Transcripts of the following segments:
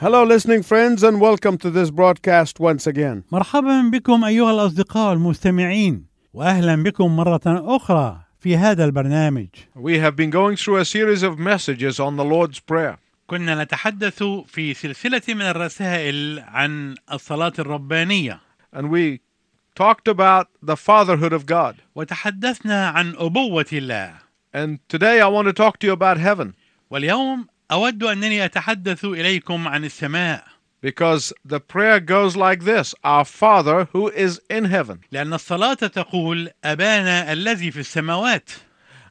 Hello, listening friends, and welcome to this broadcast once again. مرحبا بكم أيها الأصدقاء المستمعين وأهلا بكم مرة أخرى في هذا البرنامج We have been going through a series of messages on the Lord's Prayer. كنا نتحدث في سلسلة من الرسائل عن الصلاة الربانية and we talked about the fatherhood of God. وتحدثنا عن أبوة الله And today I want to talk to you about heaven واليوم أود أنني أتحدث إليكم عن السماء because the prayer goes like this Our Father who is in heaven. لأن الصلاة تقول أبانا الذي في السماوات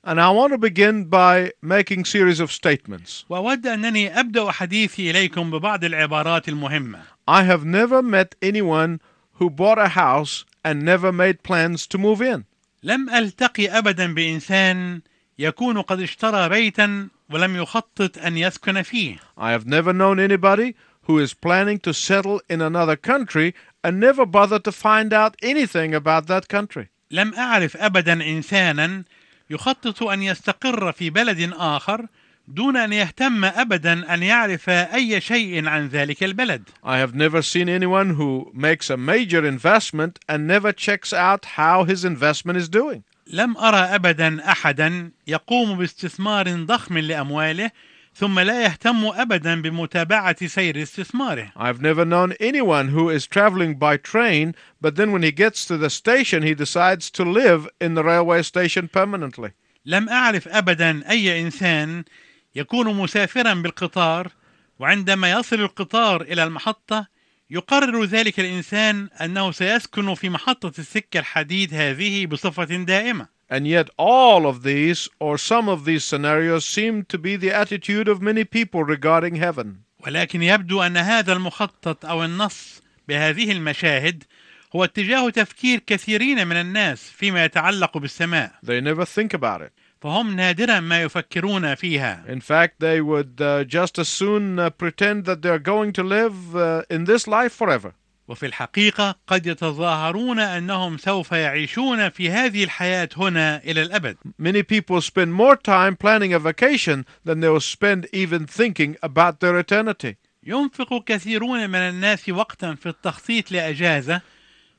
And I want to begin by making series of statements. وأود أنني أبدأ حديثي إليكم ببعض العبارات المهمة I have never met anyone who bought a house and never made plans to move in. لم التقي ابدا بانسان يكون قد اشترى بيتا ولم يخطط ان يسكن فيه I have never known anybody who is planning to settle in another country and never bothered to find out anything about that country. لم اعرف ابدا انسانا يخطط ان يستقر في بلد اخر دون ان يهتم ابدا ان يعرف اي شيء عن ذلك البلد I have never seen anyone who makes a major investment and never checks out how his investment is doing. لم ارى ابدا احدا يقوم باستثمار ضخم لامواله ثم لا يهتم ابدا بمتابعه سير استثماره I've never known anyone who is traveling by train, but then when he gets to the station, he decides to live in the railway station permanently. لم أعرف أبدا أي إنسان يكون مسافرا بالقطار وعندما يصل القطار إلى المحطة يقرر ذلك الإنسان أنه سيسكن في محطة السكة الحديد هذه بصفة دائمة And yet, all of these, or some of these scenarios, seem to be the attitude of many people regarding heaven. ولكن يبدو أن هذا المخطط أو النص بهذه المشاهد هو اتجاه تفكير كثيرين من الناس فيما يتعلق بالسماء They never think about it. فهم نادرا ما يفكرون فيها In fact, they would uh, just as soon uh, pretend that they're going to live uh, in this life forever. وفي الحقيقة قد يتظاهرون أنهم سوف يعيشون في هذه الحياة هنا إلى الأبد Many people spend more time planning a vacation than they will spend even thinking about their eternity. ينفق كثيرون من الناس وقتا في التخطيط لأجازة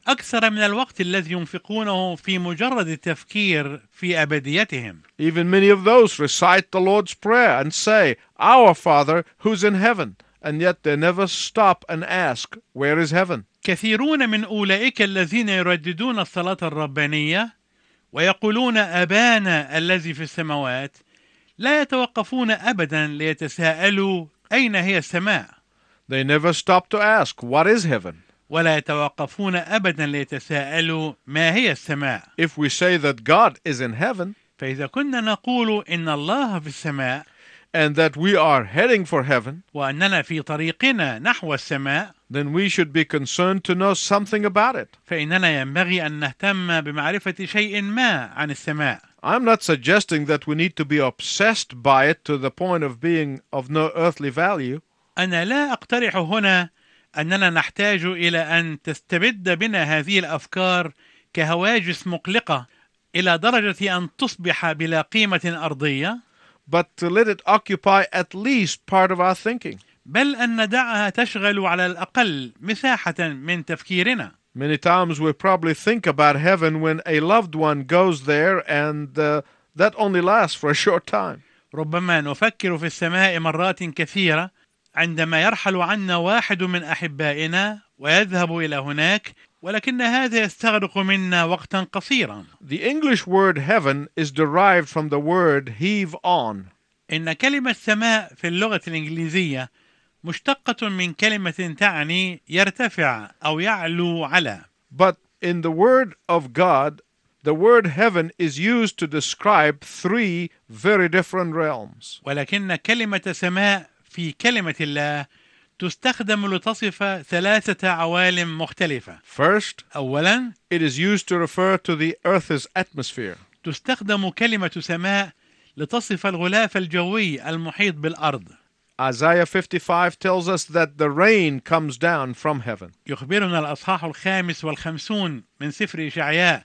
أكثر من الوقت الذي ينفقونه في مجرد التفكير في أبديتهم Even many of those recite the Lord's Prayer and say, Our Father who's in heaven, and yet they never stop and ask, Where is heaven? كثيرون من أولئك الذين يرددون الصلاة الربانية ويقولون أبانا الذي في السماوات لا يتوقفون أبدا ليتساءلوا أين هي السماء They never stop to ask, What is heaven? ولا يتوقفون ابدا ليتساءلوا ما هي السماء If we say that God is in heaven فاذا كنا نقول ان الله في السماء and that we are heading for heaven, واننا في طريقنا نحو السماء then we should be concerned to know something about it. فاننا ينبغي ان نهتم بمعرفه شيء ما عن السماء I'm not suggesting that we need to be obsessed by it to the point of being of no earthly value. انا لا اقترح هنا اننا نحتاج الى ان تستبد بنا هذه الافكار كهواجس مقلقه الى درجه ان تصبح بلا قيمه ارضيه but to let it occupy at least part of our thinking. بل ان ندعها تشغل على الاقل مساحه من تفكيرنا Many times we probably think about heaven when a loved one goes there, and uh, that only lasts for a short time. ربما نفكر في السماء مرات كثيرة عندما يرحل عنا واحد من أحبائنا ويذهب إلى هناك ولكن هذا يستغرق منا وقتا قصيرا The English word heaven is derived from the word heave on, إن كلمة سماء في اللغة الإنجليزية مشتقة من كلمة تعني يرتفع أو يعلو على but in the Word of God, the word heaven is used to describe three very different realms. ولكن كلمة سماء في كلمة الله تستخدم لتصف ثلاثة عوالم مختلفة First, أولا it is used to refer to the Earth's atmosphere. تستخدم كلمة سماء لتصف الغلاف الجوي المحيط بالأرض Isaiah 55 tells us that the rain comes down from heaven. يخبرنا الأصحاح الخامس والخمسون من سفر إشعياء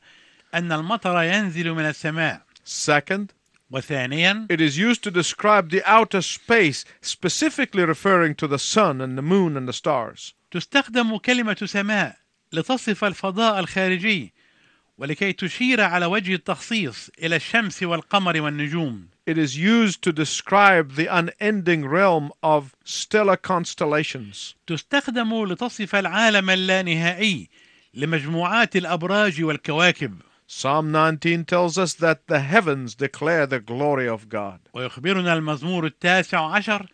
أن المطر ينزل من السماء Second, وثانيا It is used to describe the outer space, specifically referring to the sun and the moon and the stars. تستخدم كلمة سماء لتصف الفضاء الخارجي ولكي تشير على وجه التخصيص إلى الشمس والقمر والنجوم It is used to describe the unending realm of stellar constellations. تستخدم لتصف العالم اللانهائي لمجموعات الأبراج والكواكب Psalm 19 tells us that the heavens declare the glory of God. ويخبرنا المزمور التاسع عشر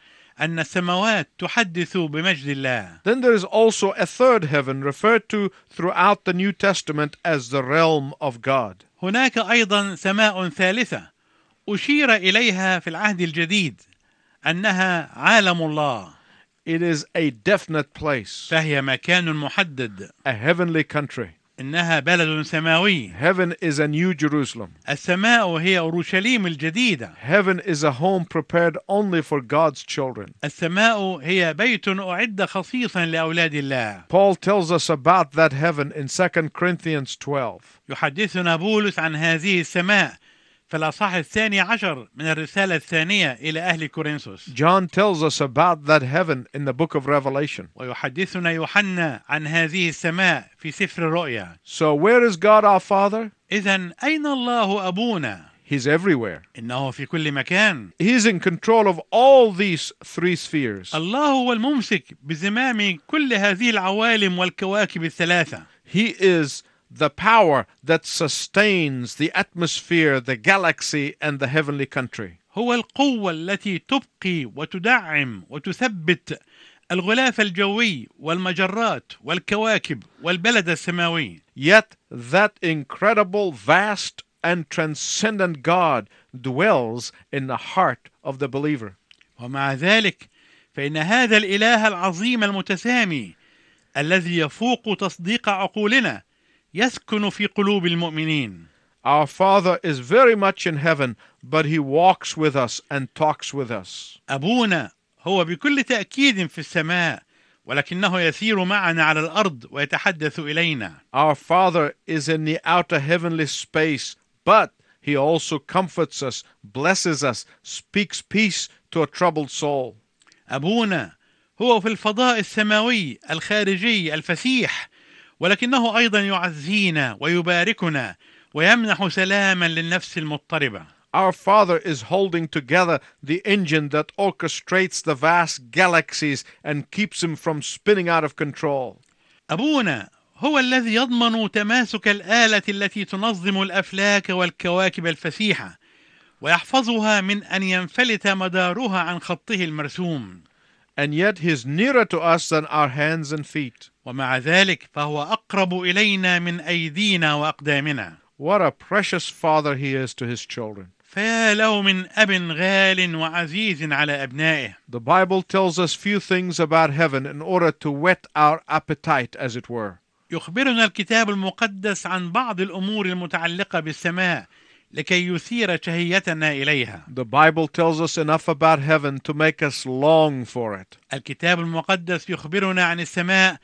أن السماوات تحدث بمجد الله Then there is also a third heaven referred to throughout the New Testament as the realm of God. هناك أيضا سماء ثالثة أشير إليها في العهد الجديد أنها عالم الله It is a definite place, فهي مكان محدد a heavenly country. إنها بلد سماوي Heaven is a new Jerusalem. السماء هي أورشليم الجديدة Heaven is a home prepared only for God's children. السماء هي بيت أعد خصيصا لأولاد الله Paul tells us about that heaven in 2 Corinthians 12. يحدثنا بولس عن هذه السماء في الأصحاح الثاني عشر من الرسالة الثانية إلى أهل كورنثوس John tells us about that heaven in the book of Revelation. ويحدثنا يوحنا عن هذه السماء في سفر الرؤيا So, where is God our Father? إذا أين الله أبونا؟ He's everywhere. إنه في كل مكان He's in control of all these three spheres. الله هو الممسك بزمام كل هذه العوالم والكواكب الثلاثة He is the power that sustains the atmosphere, the galaxy, and the heavenly country. هو القوة التي تبقي وتدعم وتثبت الغلاف الجوي والمجرات والكواكب والبلد السماوي Yet that incredible, vast, and transcendent God dwells in the heart of the believer. ومع ذلك فإن هذا الإله العظيم المتسامي الذي يفوق تصديق عقولنا يسكن في قلوب المؤمنين Our Father is very much in heaven, but He walks with us and talks with us. أبونا هو بكل تأكيد في السماء ولكنه يسير معنا على الأرض ويتحدث إلينا Our Father is in the outer heavenly space, but He also comforts us, blesses us, speaks peace to a troubled soul. أبونا هو في الفضاء السماوي الخارجي الفسيح ولكنه أيضا يعزينا ويباركنا ويمنح سلاما للنفس المضطربة Our Father is holding together the engine that orchestrates the vast galaxies and keeps him from spinning out of control. أبونا هو الذي يضمن تماسك الآلة التي تنظم الأفلاك والكواكب الفسيحة ويحفظها من أن ينفلت مدارها عن خطه المرسوم And yet He is nearer to us than our hands and feet. ومع ذلك فهو أقرب إلينا من أيدينا وأقدامنا What a precious Father He is to His children. فيا له من أب غال وعزيز على أبنائه The Bible tells us few things about heaven in order to whet our appetite, as it were. يخبرنا الكتاب المقدس عن بعض الأمور المتعلقة بالسماء لكي يثير شهيتنا إليها The Bible tells us enough about heaven to make us long for it. الكتاب المقدس يخبرنا عن السماء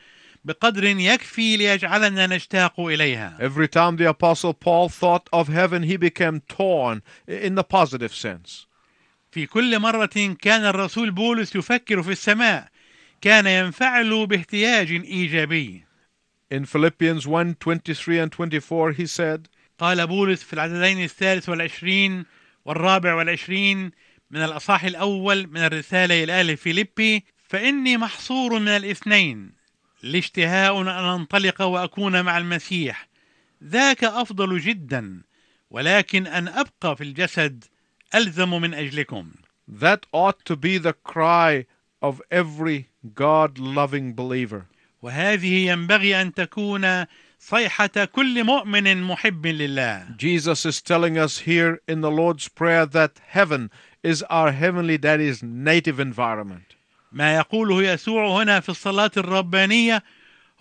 بقدر يكفي ليجعلنا نشتاق إليها Every time the Apostle Paul thought of heaven, he became torn in the positive sense. في كل مرة كان الرسول بولس يفكر في السماء كان ينفعل باحتياج إيجابي In Philippians 1 23 and 24, he said, قال بولس في العددين الثالث والعشرين والرابع والعشرين من الأصحاح الأول من الرسالة إلى أهل فيليبي فإني محصور من الاثنين لاشتهاء أن أنطلق وأكون مع المسيح ذاك أفضل جدا ولكن أن أبقى في الجسد ألزم من أجلكم That ought to be the cry of every God loving believer. وهذه ينبغي أن تكون صيحة كل مؤمن محب لله Jesus is telling us here in the Lord's Prayer that heaven is our heavenly daddy's native environment. ما يقوله يسوع هنا في الصلاة الربانية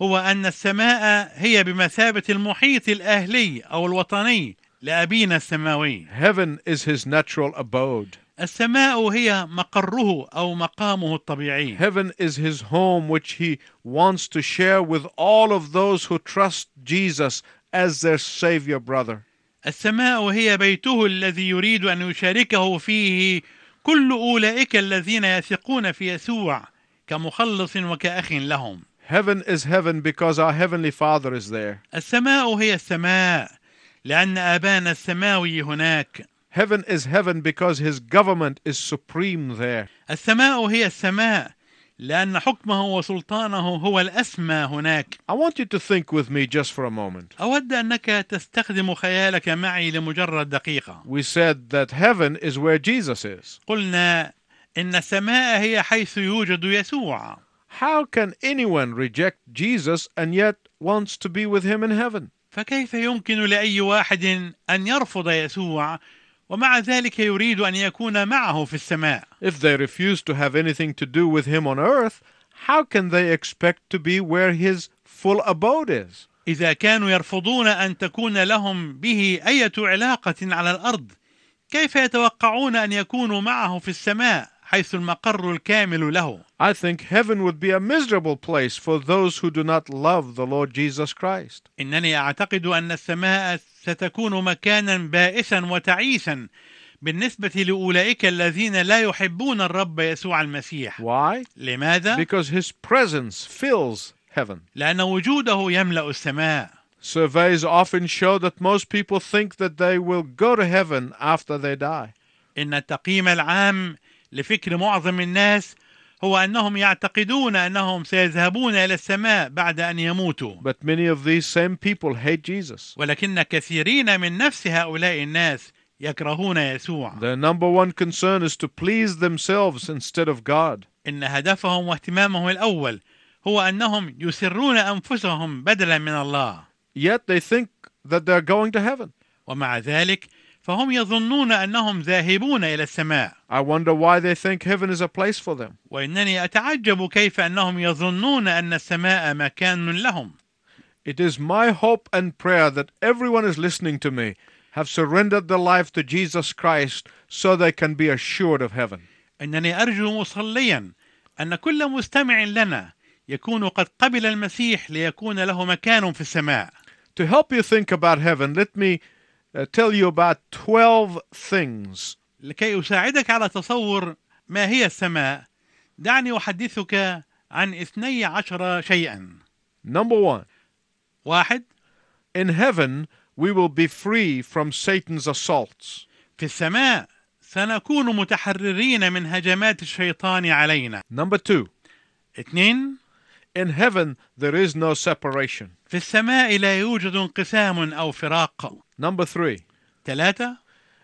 هو أن السماء هي بمثابة المحيط الأهلي أو الوطني لأبينا السماوي. Heaven is his natural abode. السماء هي مقره أو مقامه الطبيعي. Heaven is his home, which he wants to share with all of those who trust Jesus as their Savior brother. السماء هي بيته الذي يريد أن يشاركه فيه كل أولئك الذين يثقون في يسوع كمخلص وكأخ لهم Heaven is heaven because our Heavenly Father is there. السماء هي السماء لأن أبانا السماوي هناك Heaven is heaven because His government is supreme there. السماء هي السماء لأن حكمه وسلطانه هو الأسمى هناك I want you to think with me just for a moment. أود أنك تستخدم خيالك معي لمجرد دقيقة We said that heaven is where Jesus is. قلنا إن السماء هي حيث يوجد يسوع How can anyone reject Jesus and yet wants to be with Him in heaven? فكيف يمكن لأي واحد أن يرفض يسوع ومع ذلك يريد أن يكون معه في السماء If they refuse to have anything to do with Him on earth, how can they expect to be where His full abode is? إذا كانوا يرفضون أن تكون لهم به أية علاقة على الأرض كيف يتوقعون أن يكونوا معه في السماء حيث المقر الكامل له I think heaven would be a miserable place for those who do not love the Lord Jesus Christ. إنني أعتقد أن السماء ستكون مكانا بائسا وتعيسا بالنسبة لأولئك الذين لا يحبون الرب يسوع المسيح Why? لماذا؟ Because His presence fills heaven. لأن وجوده يملأ السماء Surveys often show that most people think that they will go to heaven after they die. إن التقييم العام لفكر معظم الناس هو أنهم يعتقدون أنهم سيذهبون إلى السماء بعد أن يموتوا But many of these same people hate Jesus. ولكن كثيرين من نفس هؤلاء الناس يكرهون يسوع Their number one concern is to please themselves instead of God. إن هدفهم واهتمامهم الأول هو أنهم يسرون أنفسهم بدلا من الله Yet they think that they're going to heaven. ومع ذلك فهم يظنون أنهم ذاهبون إلى السماء I wonder why they think heaven is a place for them. وإنني أتعجب كيف أنهم يظنون أن السماء مكان لهم It is my hope and prayer that everyone is listening to me have surrendered their life to Jesus Christ so they can be assured of heaven. أنني أرجو مصليا أن كل مستمع لنا يكون قد قبل المسيح ليكون له مكان في السماء To help you think about heaven, let me uh, tell you about 12 things لكي أساعدك على تصور ما هي السماء دعني أحدثك عن اثني عشر شيئا Number one, واحد in heaven, we will be free from Satan's assaults. في السماء سنكون متحررين من هجمات الشيطان علينا Number two, اثنين in heaven, there is no separation. في السماء لا يوجد انقسام أو فراق Number three, ثلاثة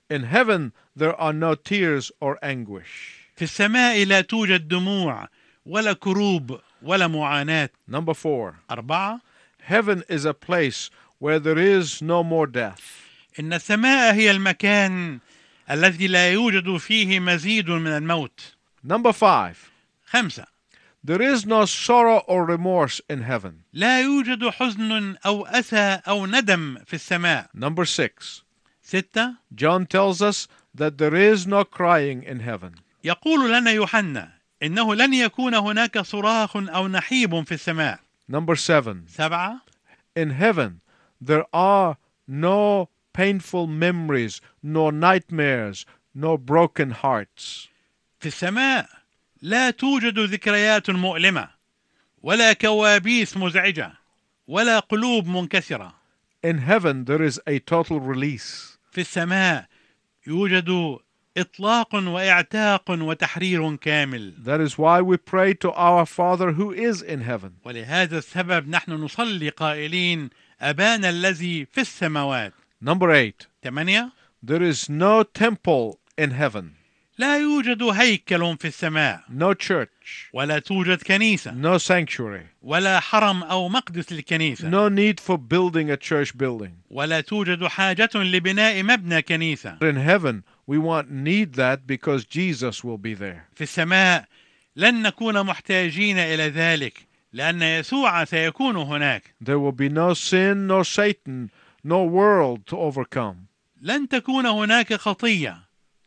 in heaven, there are no tears or anguish. في السماء لا توجد دموع ولا كروب ولا معاناة Number four, أربعة heaven is a place where there is no more death. إن السماء هي المكان الذي لا يوجد فيه مزيد من الموت Number five, خمسة there is no sorrow or remorse in heaven. لا يوجد حزن أو أسى أو ندم في السماء Number six, ستة John tells us that there is no crying in heaven. يقول لنا يوحنا إنه لن يكون هناك صراخ أو نحيب في السماء Number seven, سبعة in heaven there are no painful memories, nor nightmares, nor broken hearts. في السماء لا توجد ذكريات مؤلمة ولا كوابيس مزعجة ولا قلوب منكسرة In heaven there is a total release. في السماء يوجد إطلاق وإعتاق وتحرير كامل That is why we pray to our Father who is in heaven. ولهذا السبب نحن نصلي قائلين أبانا الذي في السماوات Number eight, ثمانية there is no temple in heaven, لا يوجد هيكل في السماء no church, ولا توجد كنيسة no sanctuary, ولا حرم أو مقدس للكنيسة no need for building a church building. ولا توجد حاجة لبناء مبنى كنيسة In heaven, we won't need that because Jesus will be there. في السماء لن نكون محتاجين إلى ذلك لأن يسوع سيكون هناك There will be no sin, nor Satan, nor world to overcome. لن تكون هناك خطية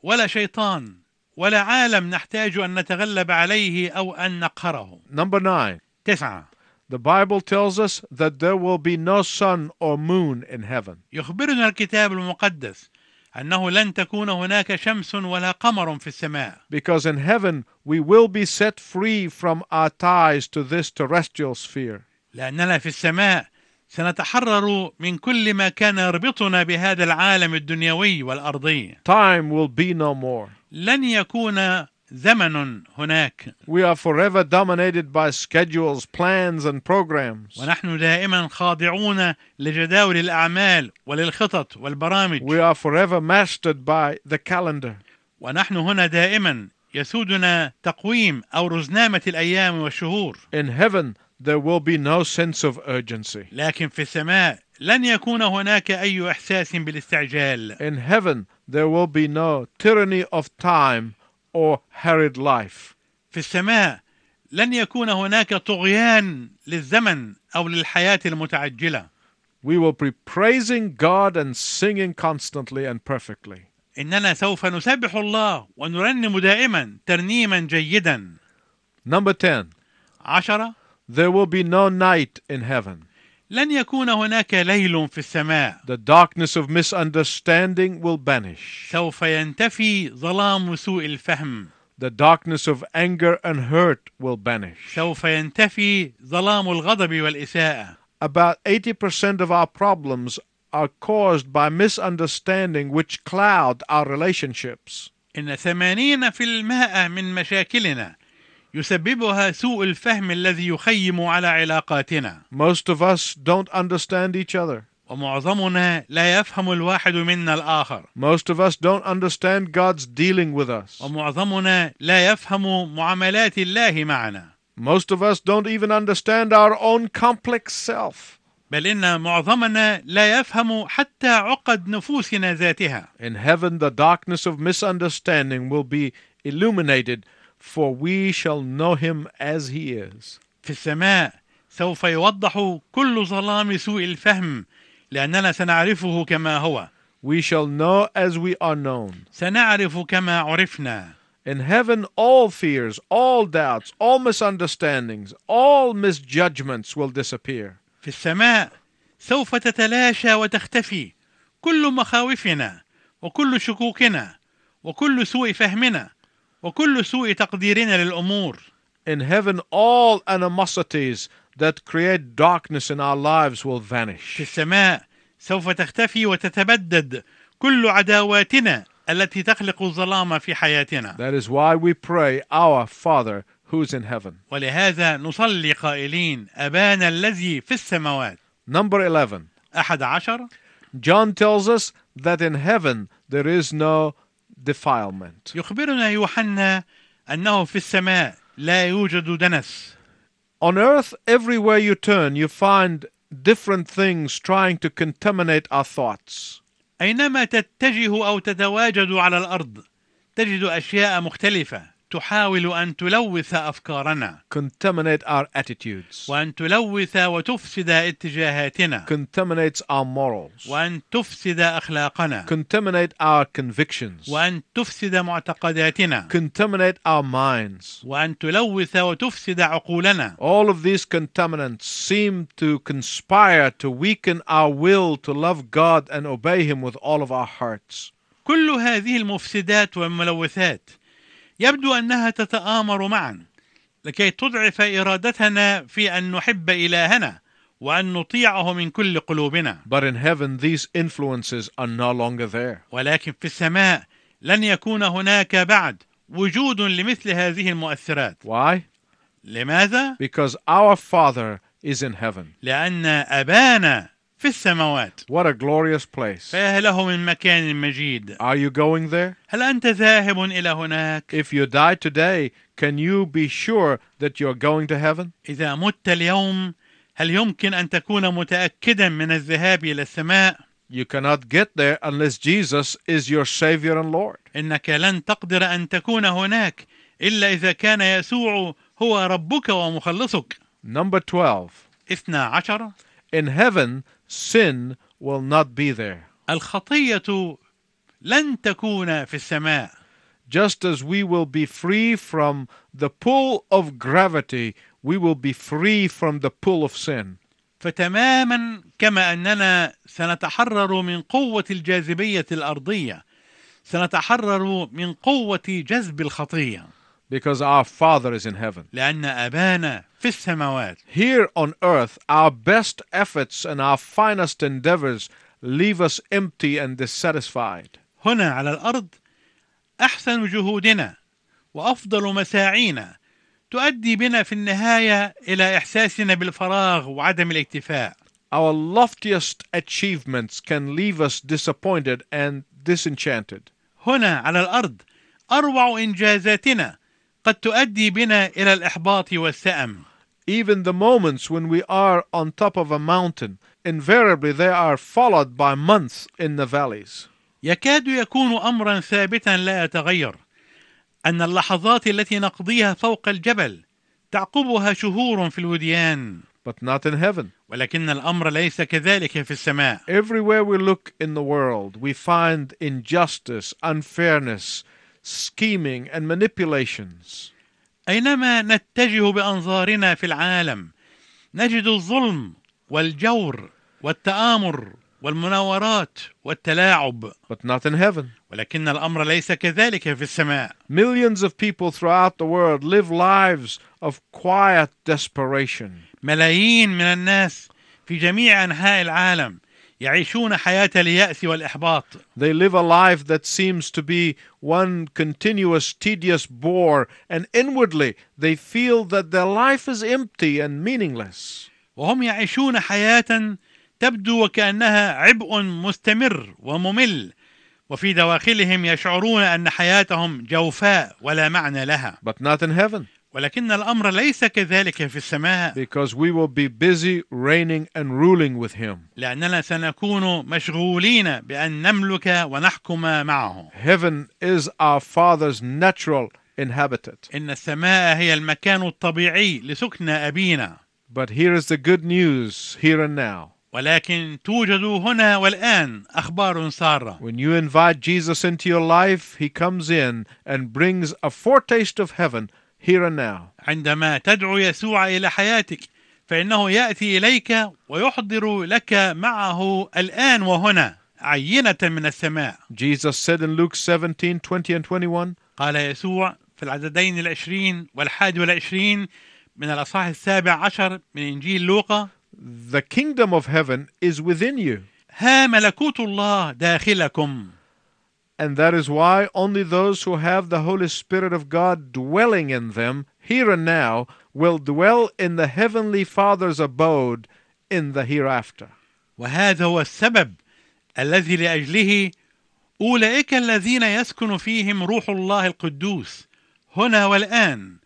ولا شيطان ولا عالم نحتاج أن نتغلب عليه أو أن نقهره Number nine, تسعة The Bible tells us that there will be no sun or moon in heaven. يخبرنا الكتاب المقدس أنه لن تكون هناك شمس ولا قمر في السماء Because in heaven we will be set free from our ties to this terrestrial sphere. لأننا في السماء سنتحرر من كل ما كان يربطنا بهذا العالم الدنيوي والأرضي Time will be no more. لن يكون زمن هناك We are forever dominated by schedules, plans, and programs. ونحن دائما خاضعون لجداول الأعمال وللخطط والبرامج We are forever mastered by the calendar. ونحن هنا دائما يسودنا تقويم أو رزنامة الأيام والشهور In heaven, there will be no sense of urgency. لكن في السماء لن يكون هناك أي إحساس بالاستعجال In heaven, there will be no tyranny of time or harried life. في السماء لن يكون هناك طغيان للزمن أو للحياة المتعجلة We will be praising God and singing constantly and perfectly. إننا سوف نسبح الله ونرنم دائما ترنيما جيدا Number 10. عشرة There will be no night in heaven. لن يكون هناك ليل في السماء The darkness of misunderstanding will vanish. سوف ينتفي ظلام سوء الفهم The darkness of anger and hurt will vanish. سوف ينتفي ظلام الغضب والإساءة About 80% of our problems are caused by misunderstanding which cloud our relationships. إن ثمانين في المائة من مشاكلنا يسببها سوء الفهم الذي يخيم على علاقاتنا Most of us don't understand each other. ومعظمنا لا يفهم الواحد منا الآخر Most of us don't understand God's dealing with us. Um, ومعظمنا لا يفهم معاملات الله معنا Most of us don't even understand our own complex self. بل إن معظمنا لا يفهم حتى عقد نفوسنا ذاتها In heaven, the darkness of misunderstanding will be illuminated, for we shall know him as he is. في السماء سوف يوضح كل ظلام سوء الفهم لأننا سنعرفه كما هو We shall know as we are known. سنعرف كما عرفنا In heaven, all fears, all doubts, all misunderstandings, all misjudgments will disappear. في السماء سوف تتلاشى وتختفي كل مخاوفنا وكل شكوكنا وكل سوء فهمنا وكل سوء تقديرنا للامور In heaven, all animosities that create darkness in our lives will في vanish. السماء سوف تختفي وتتبدد كل عداواتنا التي تخلق الظلام في حياتنا That is why we pray, Our Father who's in heaven. ولهذا نصلي قائلين ابانا الذي في السماوات Number 11. احد عشر John tells us that in heaven there is no defilement. يخبرنا يوحنا انه في السماء لا يوجد دنس On earth, everywhere you turn, you find different things trying to contaminate our thoughts. أينما تتجه أو تتواجد على الأرض تجد أشياء مختلفة تحاول أن تلوث أفكارنا Contaminate our attitudes, وأن تلوث وتفسد اتجاهاتنا contaminates our morals, وأن تفسد أخلاقنا contaminate our convictions, وأن تفسد معتقداتنا contaminate our minds. وأن تلوث وتفسد عقولنا All of these contaminants seem to conspire to weaken our will to love God and obey Him with all of our hearts. كل هذه المفسدات والملوثات يبدو أنها تتآمر معا لكي تضعف إرادتنا في أن نحب إلهنا وأن نطيعه من كل قلوبنا But in heaven, these influences are no longer there. ولكن في السماء لن يكون هناك بعد وجود لمثل هذه المؤثرات Why? لماذا؟ Because our Father is in heaven. لأن أبانا في السماوات What a glorious place. فيا له من مكان مجيد Are you going there? هل أنت ذاهب إلى هناك؟ If you die today, can you be sure that you're going to heaven? إذا مت اليوم هل يمكن أن تكون متأكدا من الذهاب إلى السماء؟ You cannot get there unless Jesus is your Savior and Lord. إنك لن تقدر أن تكون هناك إلا إذا كان يسوع هو ربك ومخلصك Number 12. اثنا عشر In heaven, sin will not be there. الخطية لن تكون في السماء Just as we will be free from the pull of gravity, we will be free from the pull of sin. فتماما كما اننا سنتحرر من قوه الجاذبيه الارضيه سنتحرر من قوه جذب الخطيه because our Father is in heaven. لان ابانا في السماوات Here on earth, our best efforts and our finest endeavors leave us empty and dissatisfied. هنا على الارض احسن جهودنا وافضل مساعينا تؤدي بنا في النهايه الى احساسنا بالفراغ وعدم الاكتفاء Our loftiest achievements can leave us disappointed and disenchanted. هنا على الارض اروع انجازاتنا قد تؤدي بنا الى الاحباط والسام Even the moments when we are on top of a mountain, invariably they are followed by months in the valleys. يكاد يكون امرا ثابتا لا يتغير ان اللحظات التي نقضيها فوق الجبل تعقبها شهور في الوديان But not in heaven. ولكن الامر ليس كذلك في السماء Everywhere we look in the world, we find injustice, unfairness, scheming, and manipulations. اينما نتجه بانظارنا في العالم نجد الظلم والجور والتامر والمناورات والتلاعب But not in heaven. ولكن الامر ليس كذلك في السماء Millions of people throughout the world live lives of quiet desperation. ملايين من الناس في جميع انحاء العالم يعيشون حياه الياس والاحباط They live a life that seems to be one continuous, tedious bore, and inwardly they feel that their life is empty and meaningless. وهم يعيشون حياة تبدو وكأنها عبء مستمر وممل وفي دواخلهم يشعرون أن حياتهم جوفاء ولا معنى لها But not in heaven, ولكن الأمر ليس كذلك في السماء because we will be busy reigning and ruling with Him. لأننا سنكون مشغولين بأن نملك ونحكم معه Heaven is our Father's natural inhabitant. إن السماء هي المكان الطبيعي لسكن أبينا But here is the good news here and now. ولكن توجد هنا والآن أخبار سارة When you invite Jesus into your life, he comes in and brings a foretaste of heaven here and now. عندما تدعو يسوع الى حياتك فانه ياتي اليك ويحضر لك معه الان وهنا عينه من السماء Jesus said in Luke 17 20 and 21, قال يسوع في العددين العشرين والحادي والعشرين من الاصحاح السابع عشر من انجيل لوقا The kingdom of heaven is within you. ها ملكوت الله داخلكم And that is why only those who have the Holy Spirit of God dwelling in them here and now will dwell in the heavenly Father's abode in the hereafter. وهذا هو السبب الذي لاجله اولئك الذين يسكن فيهم روح الله القدوس هنا والان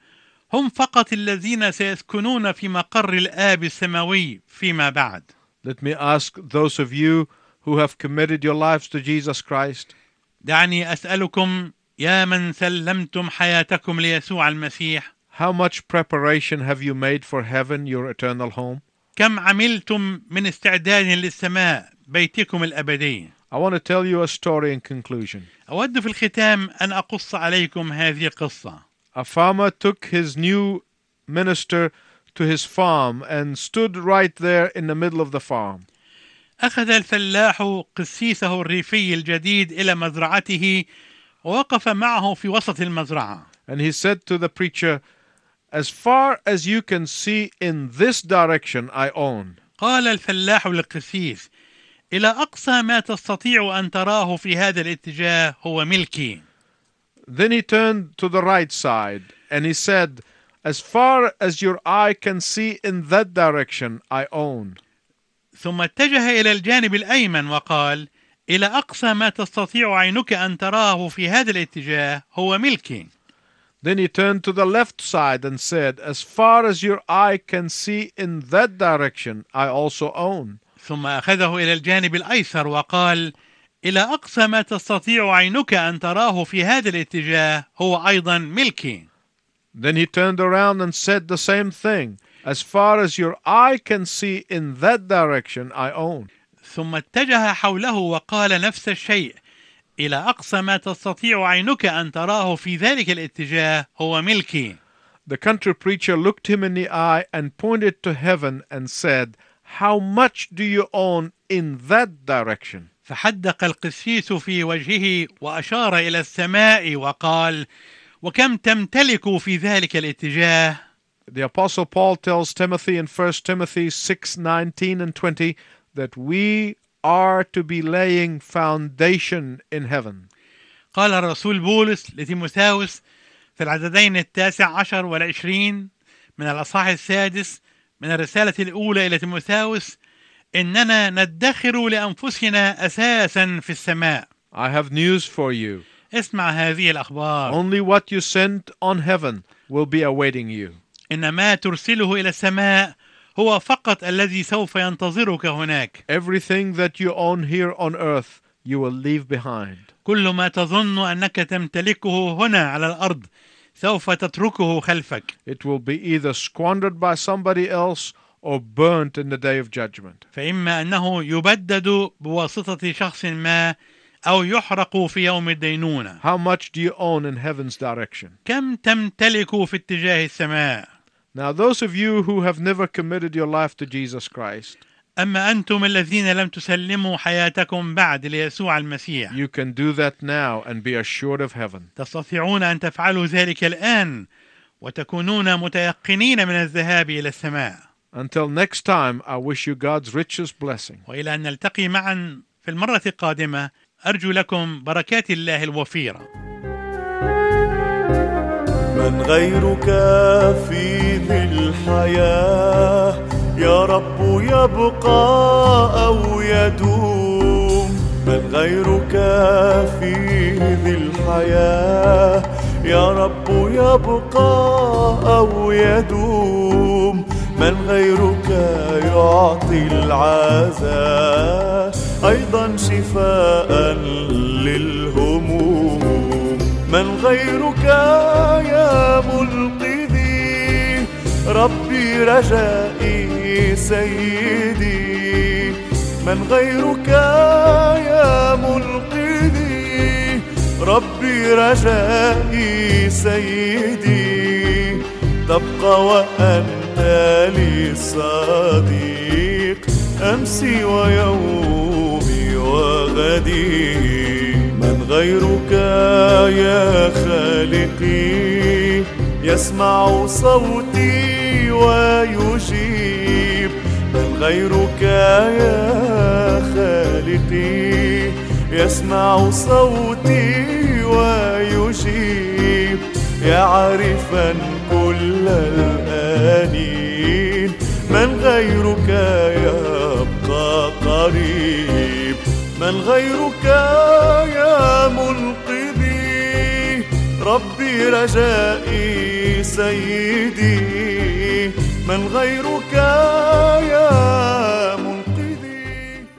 هم فقط الذين سيسكنون في مقر الاب السماوي فيما بعد Let me ask those of you who have committed your lives to Jesus Christ دعني اسالكم يا من سلمتم حياتكم ليسوع المسيح How much preparation have you made for heaven, your eternal home? كم عملتم من استعداد للسماء بيتكم الابدي I want to tell you a story in conclusion. اود في الختام ان اقص عليكم هذه القصه A farmer took his new minister to his farm and stood right there in the middle of the farm. أخذ الفلاح قسيسه الريفي الجديد إلى مزرعته ووقف معه في وسط المزرعة And he said to the preacher, As far as you can see in this direction, I own. قال الفلاح للقسيس إلى أقصى ما تستطيع أن تراه في هذا الاتجاه هو ملكي Then he turned to the right side and he said, As far as your eye can see in that direction, I own. ثم اتجه إلى الجانب الأيمن وقال إلى أقصى ما تستطيع عينك أن تراه في هذا الاتجاه هو ملكي Then he turned to the left side and said, As far as your eye can see in that direction, I also own. ثم أخذه إلى الجانب الأيسر وقال: إلى أقصى ما تستطيع عينك أن تراه في هذا الاتجاه هو أيضا ملكي. Then he turned around and said the same thing. As far as your eye can see in that direction, I own. ثم اتجه حوله وقال نفس الشيء: إلى أقصى ما تستطيع عينك أن تراه في ذلك الاتجاه هو ملكي. The country preacher looked him in the eye and pointed to heaven and said, How much do you own in that direction? فحدق القسيس في وجهه واشار الى السماء وقال وكم تمتلك في ذلك الاتجاه The apostle Paul tells Timothy in 1 Timothy 6:19 and 20 that we are to be laying foundation in heaven. قال الرسول بولس لتيموثاوس في العددين التاسع عشر والعشرين من الأصحاح السادس من الرسالة الأولى إلى تيموثاوس إننا ندخر لأنفسنا أساسا في السماء I have news for you. اسمع هذه الأخبار Only what you send on heaven will be awaiting you. إن ما ترسله إلى السماء هو فقط الذي سوف ينتظرك هناك Everything that you own here on earth, you will leave behind. كل ما تظن أنك تمتلكه هنا على الأرض سوف تتركه خلفك It will be either squandered by somebody else or burnt in the day of judgment. فإما أنه يبدد بواسطة شخص ما أو يحرق في يوم الدينونة How much do you own in heaven's direction? كم تمتلك في اتجاه السماء Now, those of you who have never committed your life to Jesus Christ, أما أنتم الذين لم تسلموا حياتكم بعد ليسوع المسيح you can do that now and be assured of heaven. تستطيعون أن تفعلوا ذلك الآن وتكونون متيقنين من الذهاب إلى السماء Until next time, I wish you God's richest blessing. وإلى أن نلتقي معا في المرة القادمة أرجو لكم بركات الله الوفيره من غيرك في ذي الحياة يا رب يبقى أو يدوم من غيرك في ذي الحياة يا رب يبقى أو يدوم من غيرك يعطي العزاء أيضا شفاء للهموم من غيرك يا منقذي ربي رجائي سيدي من غيرك يا منقذي ربي رجائي سيدي تبقى وأنت لي صديق أمسي ويومي وغدي من غيرك يا خالقي يسمع صوتي ويجيب من غيرك يا خالقي يسمع صوتي ويجيب يا عارفا كل الآنين من غيرك يبقى قريب من غيرك يا منقذي ربي رجائي سيدي من غيرك